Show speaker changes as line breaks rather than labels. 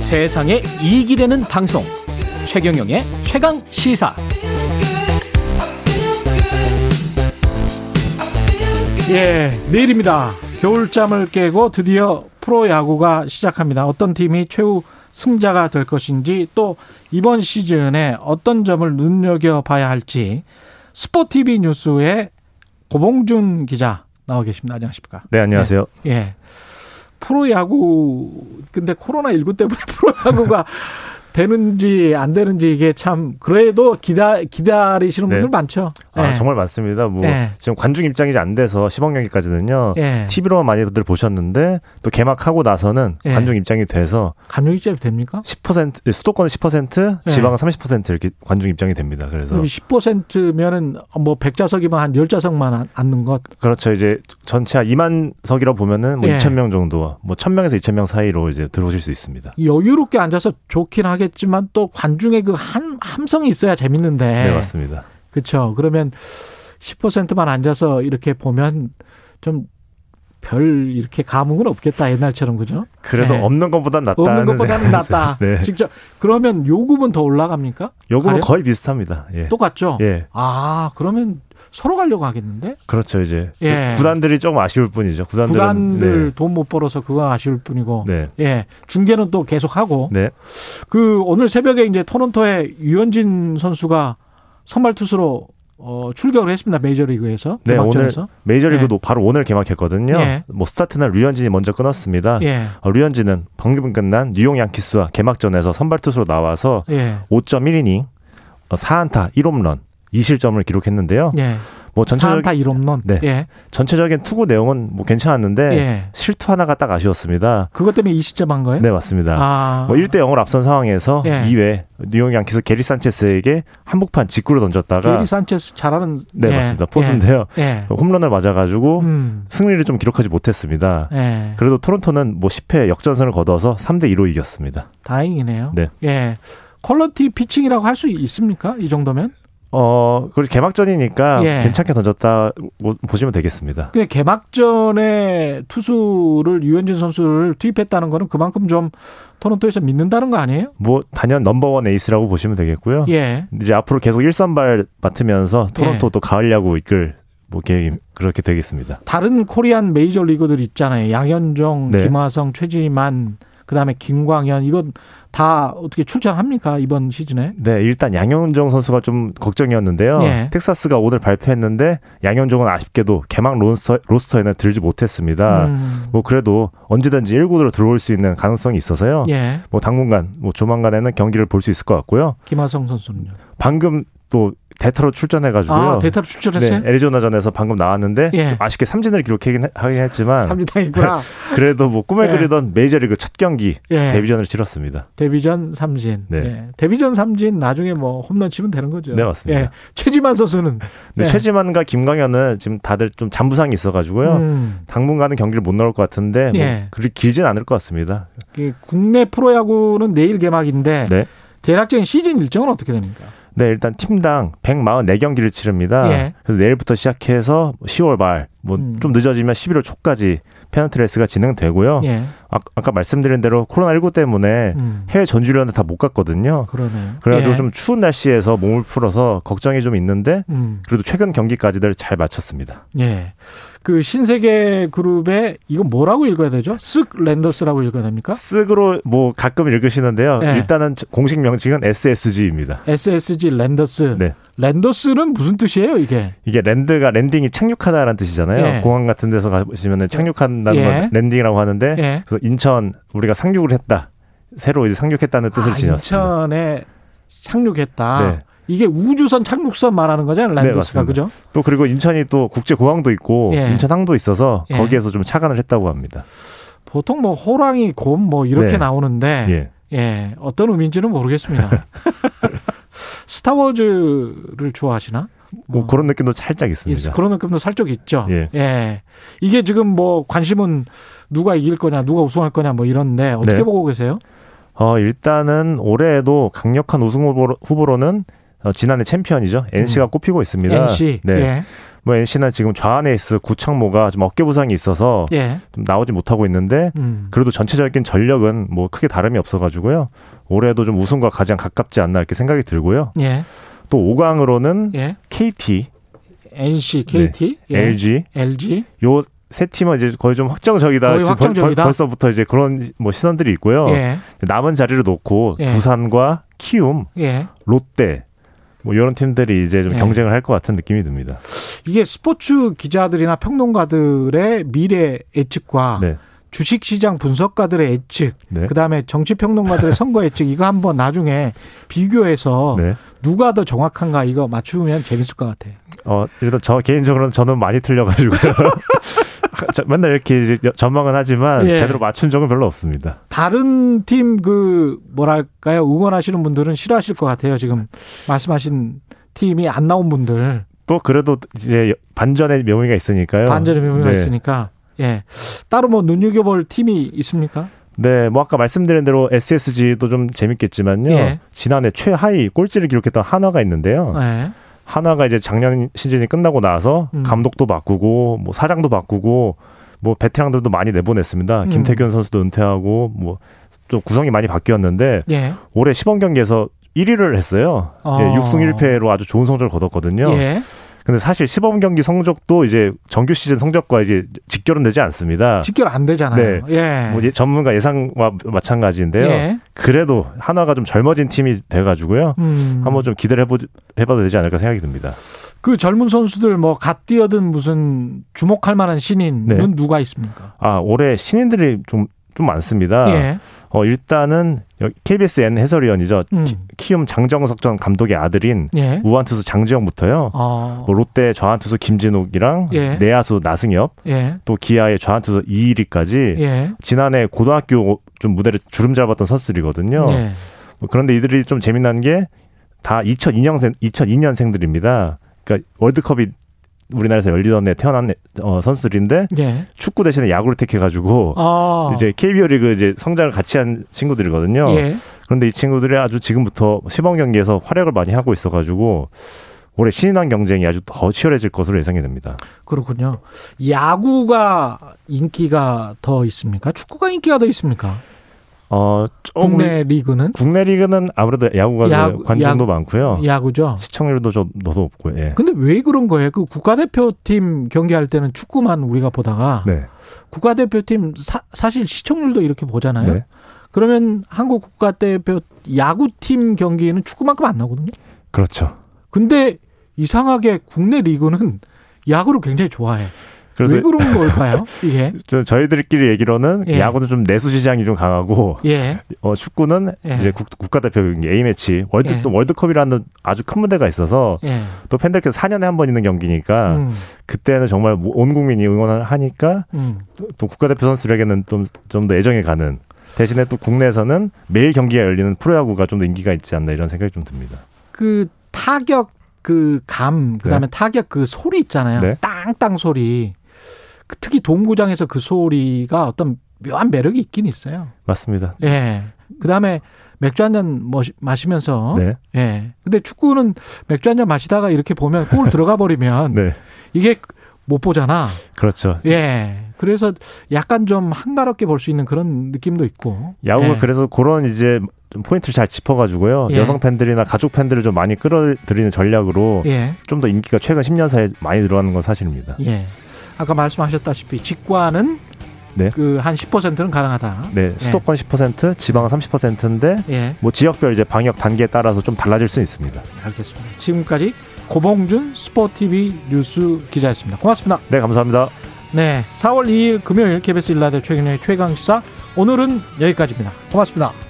세상에 이익이 되는 방송 최경영의 최강 시사
예, 내일입니다. 겨울잠을 깨고 드디어 프로야구가 시작합니다. 어떤 팀이 최후 승자가 될 것인지 또 이번 시즌에 어떤 점을 눈여겨봐야 할지 스포티비 뉴스의 고봉준 기자 나와 계십니다. 안녕하십니까?
네, 안녕하세요.
예. 예. 프로야구 근데 코로나 19 때문에 프로야구가 되는지 안 되는지 이게 참 그래도 기다 기다리시는
네.
분들 많죠.
아,
예.
정말 많습니다. 뭐
예.
지금 관중 입장이 안 돼서 시범 경기까지는요.
예.
TV로만 많이들 보셨는데 또 개막하고 나서는
예.
관중 입장이 돼서
간용 입점이 됩니까?
10% 수도권 10%,
예.
지방은 30% 이렇게 관중 입장이 됩니다. 그래서
그럼 10%면은 뭐 100좌석이면 한 10좌석만 안- 앉는 것.
그렇죠. 이제 전체 한 2만 석이라 보면은 뭐
예.
2천 명 정도, 뭐 1,000명에서 2천 명 사이로 이제 들어오실 수 있습니다.
여유롭게 앉아서 좋긴 하겠지만 또 관중의 그 한, 함성이 있어야 재밌는데.
네, 맞습니다.
그렇죠. 그러면 10%만 앉아서 이렇게 보면 좀 별 이렇게 감흥은 없겠다. 옛날처럼 그죠?
그래도
예.
없는 것보단 낫다.
없는 것보다는 낫다.
네.
직접 그러면 요금은 더 올라갑니까?
요금은
가려?
거의 비슷합니다. 예.
똑같죠.
예.
아 그러면 서로 가려고 하겠는데
그렇죠. 이제
예.
구단들이 조금 아쉬울 뿐이죠. 구단들은
구단들
네.
돈 못 벌어서 그건 아쉬울 뿐이고
네.
예 중계는 또 계속 하고
네.
그 오늘 새벽에 이제 토론토의 유현진 선수가 선발 투수로 어, 출격을 했습니다 메이저리그에서
네,
개막전에서
메이저리그도 바로 오늘 개막했거든요.
네. 예.
뭐 스타트는 류현진이 먼저 끊었습니다.
예.
어, 류현진은 방금 끝난 뉴욕 양키스와 개막전에서 선발 투수로 나와서
예.
5.1이닝, 어, 4안타, 1홈런, 2실점을 기록했는데요.
예.
뭐 전체적,
사안타 1홈런.
네.
예.
전체적인 투구 내용은 뭐 괜찮았는데
예. 실투
하나가 딱 아쉬웠습니다.
그것 때문에 이 시점 한 거예요?
네, 맞습니다.
아.
뭐 1대 0으로 앞선 상황에서
예.
2회 뉴욕 양키스 게리 산체스에게 한복판 직구를 던졌다가
게리 산체스 잘하는
네,
예.
맞습니다. 포수인데요. 어,
예. 예.
홈런을 맞아가지고
음.
승리를 좀 기록하지 못했습니다.
예.
그래도 토론토는 뭐 10회 역전선을 거둬서 3대 2로 이겼습니다.
다행이네요.
네.
예. 퀄러티 피칭이라고 할 수 있습니까? 이 정도면?
어, 그리고 개막전이니까
예.
괜찮게 던졌다고 보시면 되겠습니다.
근데 개막전에 투수를 유현진 선수를 투입했다는 거는 그만큼 좀 토론토에서 믿는다는 거 아니에요?
뭐 단연 넘버원 에이스라고 보시면 되겠고요.
예.
이제 앞으로 계속 1선발 맡으면서 토론토 또 가을 야구 이끌 뭐 계획 그렇게 되겠습니다.
다른 코리안 메이저 리그들 있잖아요. 양현종,
네.
김하성, 최지만, 그다음에 김광현 이건 다 어떻게 출전합니까 이번 시즌에?
네, 일단 양현종 선수가 좀 걱정이었는데요.
예.
텍사스가 오늘 발표했는데 양현종은 아쉽게도 개막 로스터, 로스터에는 들지 못했습니다.
음,
뭐 그래도 언제든지 1군으로 들어올 수 있는 가능성이 있어서요.
예,
뭐 당분간 뭐 조만간에는 경기를 볼 수 있을 것 같고요.
김하성 선수는요.
방금 또 대타로 출전해가지고요.
아 대타로 출전했어요?
네, 애리조나전에서 방금 나왔는데
예.
좀 아쉽게 삼진을 기록하긴 하- 하긴 했지만
삼진당했구나.
그래도 뭐 꿈에
예.
그리던 메이저리그 첫 경기
예,
데뷔전을 치렀습니다.
데뷔전 삼진.
네.
예. 데뷔전 삼진 나중에 뭐 홈런 치면 되는 거죠.
네, 맞습니다.
예. 최지만 선수는
근데
예.
최지만과 김광현은 지금 다들 좀 잔부상이 있어가지고요.
음,
당분간은 경기를 못 나올 것 같은데 뭐
예.
그리 길진 않을 것 같습니다.
그 국내 프로야구는 내일 개막인데
네.
대략적인 시즌 일정은 어떻게 됩니까?
네, 일단 팀당 144경기를 치릅니다.
예.
그래서 내일부터 시작해서 10월 말, 뭐
음.
좀 늦어지면 11월 초까지 페넌트레이스가 진행되고요.
예,
아, 까 말씀드린 대로 코로나19 때문에
음,
해외 전주련을 다 못 갔거든요.
그러네요.
네. 그래가지고
예.
좀 추운 날씨에서 몸을 풀어서 걱정이 좀 있는데
음.
그래도 최근 경기까지들 잘 마쳤습니다.
예. 그 신세계 그룹의 이거 뭐라고 읽어야 되죠? 쓱 랜더스라고 읽어야 됩니까?
쓱으로 뭐 가끔 읽으시는데요.
예.
일단은 공식 명칭은 SSG입니다.
SSG 랜더스.
네.
랜더스는 무슨 뜻이에요, 이게?
이게 랜드가 랜딩이 착륙하다라는 뜻이잖아요.
예.
공항 같은 데서 가시면 착륙한다는
예.
걸 랜딩이라고 하는데
예.
그래서 인천 우리가 상륙을 했다. 새로 이제 상륙했다는 그 뜻을
아,
지녔습니다.
인천에 착륙했다.
네.
이게 우주선 착륙선 말하는 거잖아요, 랜더스가.
맞습니다.
그죠?
또 그리고 인천이 또 국제 공항도 있고
예.
인천항도 있어서
예.
거기에서 좀 차관을 했다고 합니다.
보통 뭐 호랑이 곰 뭐 이렇게
네.
나오는데 예.
예.
어떤 의미인지는 모르겠습니다. 스타워즈를 좋아하시나?
뭐
어.
그런 느낌도 살짝 있습니다.
예, 그런 느낌도 살짝 있죠. 예.
예.
이게 지금 뭐 관심은 누가 이길 거냐, 누가 우승할 거냐 뭐 이런데 어떻게
네.
보고 계세요?
어, 일단은 올해에도 강력한 우승 후보로, 후보로는 어, 지난해 챔피언이죠. NC가 꼽히고 있습니다.
NC.
네.
음. 예.
뭐 NC는 지금 좌안에 있어 구창모가 좀 어깨 부상이 있어서
예.
좀 나오지 못하고 있는데
음.
그래도 전체적인 전력은 뭐 크게 다름이 없어가지고요. 올해도 좀 우승과 가장 가깝지 않나 이렇게 생각이 들고요.
예.
또 5강으로는
예.
KT,
NC, KT, 예.
LG
LG.
요 세 팀은 이제 거의 좀 확정적이다.
거의
지금 벌-
확정적이다.
벌, 써부터 이제 그런 뭐 시선들이 있고요.
예.
남은 자리를 놓고
예.
부산과 키움,
예.
롯데 뭐 이런 팀들이 이제 좀
예.
경쟁을 할 것 같은 느낌이 듭니다.
이게 스포츠 기자들이나 평론가들의 미래 예측과
네.
주식시장 분석가들의 예측,
네.
그다음에 정치 평론가들의 선거 예측 이거 한번 나중에 비교해서
네.
누가 더 정확한가 이거 맞추면 재밌을 것 같아.
어, 일단 저 개인적으로는 저는 많이 틀려가지고요. 저- 맨날 이렇게 이제 여- 전망은 하지만
예.
제대로 맞춘 적은 별로 없습니다.
다른 팀 그 뭐랄까요 응원하시는 분들은 싫어하실 것 같아요. 지금 말씀하신 팀이 안 나온 분들
또 그래도 이제 여- 반전의 묘미가 있으니까요.
반전의 묘미가
네.
있으니까 예 따로 뭐 눈여겨볼 팀이 있습니까?
네, 뭐 아까 말씀드린 대로 SSG도 좀 재밌겠지만요.
예.
지난해 최하위 꼴찌를 기록했던 한화가 있는데요.
예.
한화가 이제 작년 시즌이 끝나고 나서
음.
감독도 바꾸고 뭐 사장도 바꾸고 뭐 베테랑들도 많이 내보냈습니다.
음.
김태균 선수도 은퇴하고 뭐 좀 구성이 많이 바뀌었는데
예.
올해 시범 경기에서 1위를 했어요.
어.
예, 6승 1패로 아주 좋은 성적을 거뒀거든요.
예.
근데 사실 시범 경기 성적도 이제 정규 시즌 성적과 이제 직결은 되지 않습니다.
직결 안 되잖아요. 예.
뭐 예- 전문가 예상과 마찬가지인데요.
예.
그래도 한화가 좀 젊어진 팀이 돼가지고요.
음.
한번 좀 기대를 해보, 해봐도 되지 않을까 생각이 듭니다.
그 젊은 선수들 뭐 갓 뛰어든 무슨 주목할 만한 신인은
네.
누가 있습니까?
아 올해 신인들이 좀, 좀 많습니다.
예.
어, 일단은 여기 KBS N 해설위원이죠.
음.
키움 장정석 전 감독의 아들인
예.
우한투수 장지영부터요.
어.
뭐 롯데 좌한투수 김진욱이랑
예.
내야수 나승엽
예.
또 기아의 좌한투수 이일이까지
예.
지난해 고등학교 좀 무대를 주름잡았던 선수들이거든요.
예.
뭐 그런데 이들이 좀 재미난 게 다 2002년생 2002년생들입니다. 그러니까 월드컵이 우리나라에서 열리던 해 태어난 어, 선수들인데
예.
축구 대신에 야구를 택해가지고
어.
이제 KBO 리그 이제 성장을 같이 한 친구들이거든요.
예.
그런데 이 친구들이 아주 지금부터 시범 경기에서 활약을 많이 하고 있어가지고 올해 신인왕 경쟁이 아주 더 치열해질 것으로 예상이 됩니다.
그렇군요. 야구가 인기가 더 있습니까? 축구가 인기가 더 있습니까?
어, 좀
국내 리그는
우리- 국내 리그는 아무래도 야구가
야구- 예.
관중도 많고요.
야구죠.
시청률도 좀 높고 예.
근데 왜 그런 거예요? 그 국가대표팀 경기할 때는 축구만 우리가 보다가
네.
국가대표팀 사, 실 시청률도 이렇게 보잖아요.
네.
그러면 한국 국가대표 야구팀 경기에는 축구만큼 안 나거든요.
그렇죠.
근데 이상하게 국내 리그는 야구를 굉장히 좋아해.
그래서
왜 그런 걸까요? 이게
좀 저희들끼리 얘기로는
예.
야구는 좀 내수 시장이 좀 강하고
예,
어, 축구는
예.
이제 국, 가대표 경기 A 매치 월드
예.
또 월드컵이라는 아주 큰 무대가 있어서
예,
또 팬들께서 4년에 한 번 있는 경기니까
음,
그때는 정말 모- 온 국민이 응원을 하니까
음.
또- 또 국가대표 선수들에게는 좀 좀 더 애정이 가는 대신에 또 국내에서는 매일 경기가 열리는 프로야구가 좀 더 인기가 있지 않나 이런 생각이 좀 듭니다.
그 타격 그 감, 그다음에 타격 그 소리 있잖아요.
네.
땅땅 소리. 그 특히 동구장에서 그 소리가 어떤 묘한 매력이 있긴 있어요.
맞습니다.
예. 그다음에 맥주 한 잔 마시면서
네,
예. 근데 축구는 맥주 한 잔 마시다가 이렇게 보면 골 들어가 버리면
네,
이게 못 보잖아.
그렇죠.
예. 그래서 약간 좀 한가롭게 볼 수 있는 그런 느낌도 있고.
야구가
예.
그래서 그런 이제 좀 포인트를 잘 짚어가지고요.
예.
여성 팬들이나 가족 팬들을 좀 많이 끌어들이는 전략으로
예.
좀 더 인기가 최근 10년 사이에 많이 늘어나는 건 사실입니다.
예. 아까 말씀하셨다시피 직관은
네.
그 한 10%는 가능하다.
네, 수도권 10%, 지방 30%인데
예.
뭐 지역별 이제 방역 단계에 따라서 좀 달라질 수 있습니다.
알겠습니다. 지금까지 고봉준 스포티비 뉴스 기자였습니다. 고맙습니다.
네, 감사합니다.
네. 4월 2일 금요일 KBS 일라디오 최경영의 최강 시사 오늘은 여기까지입니다. 고맙습니다.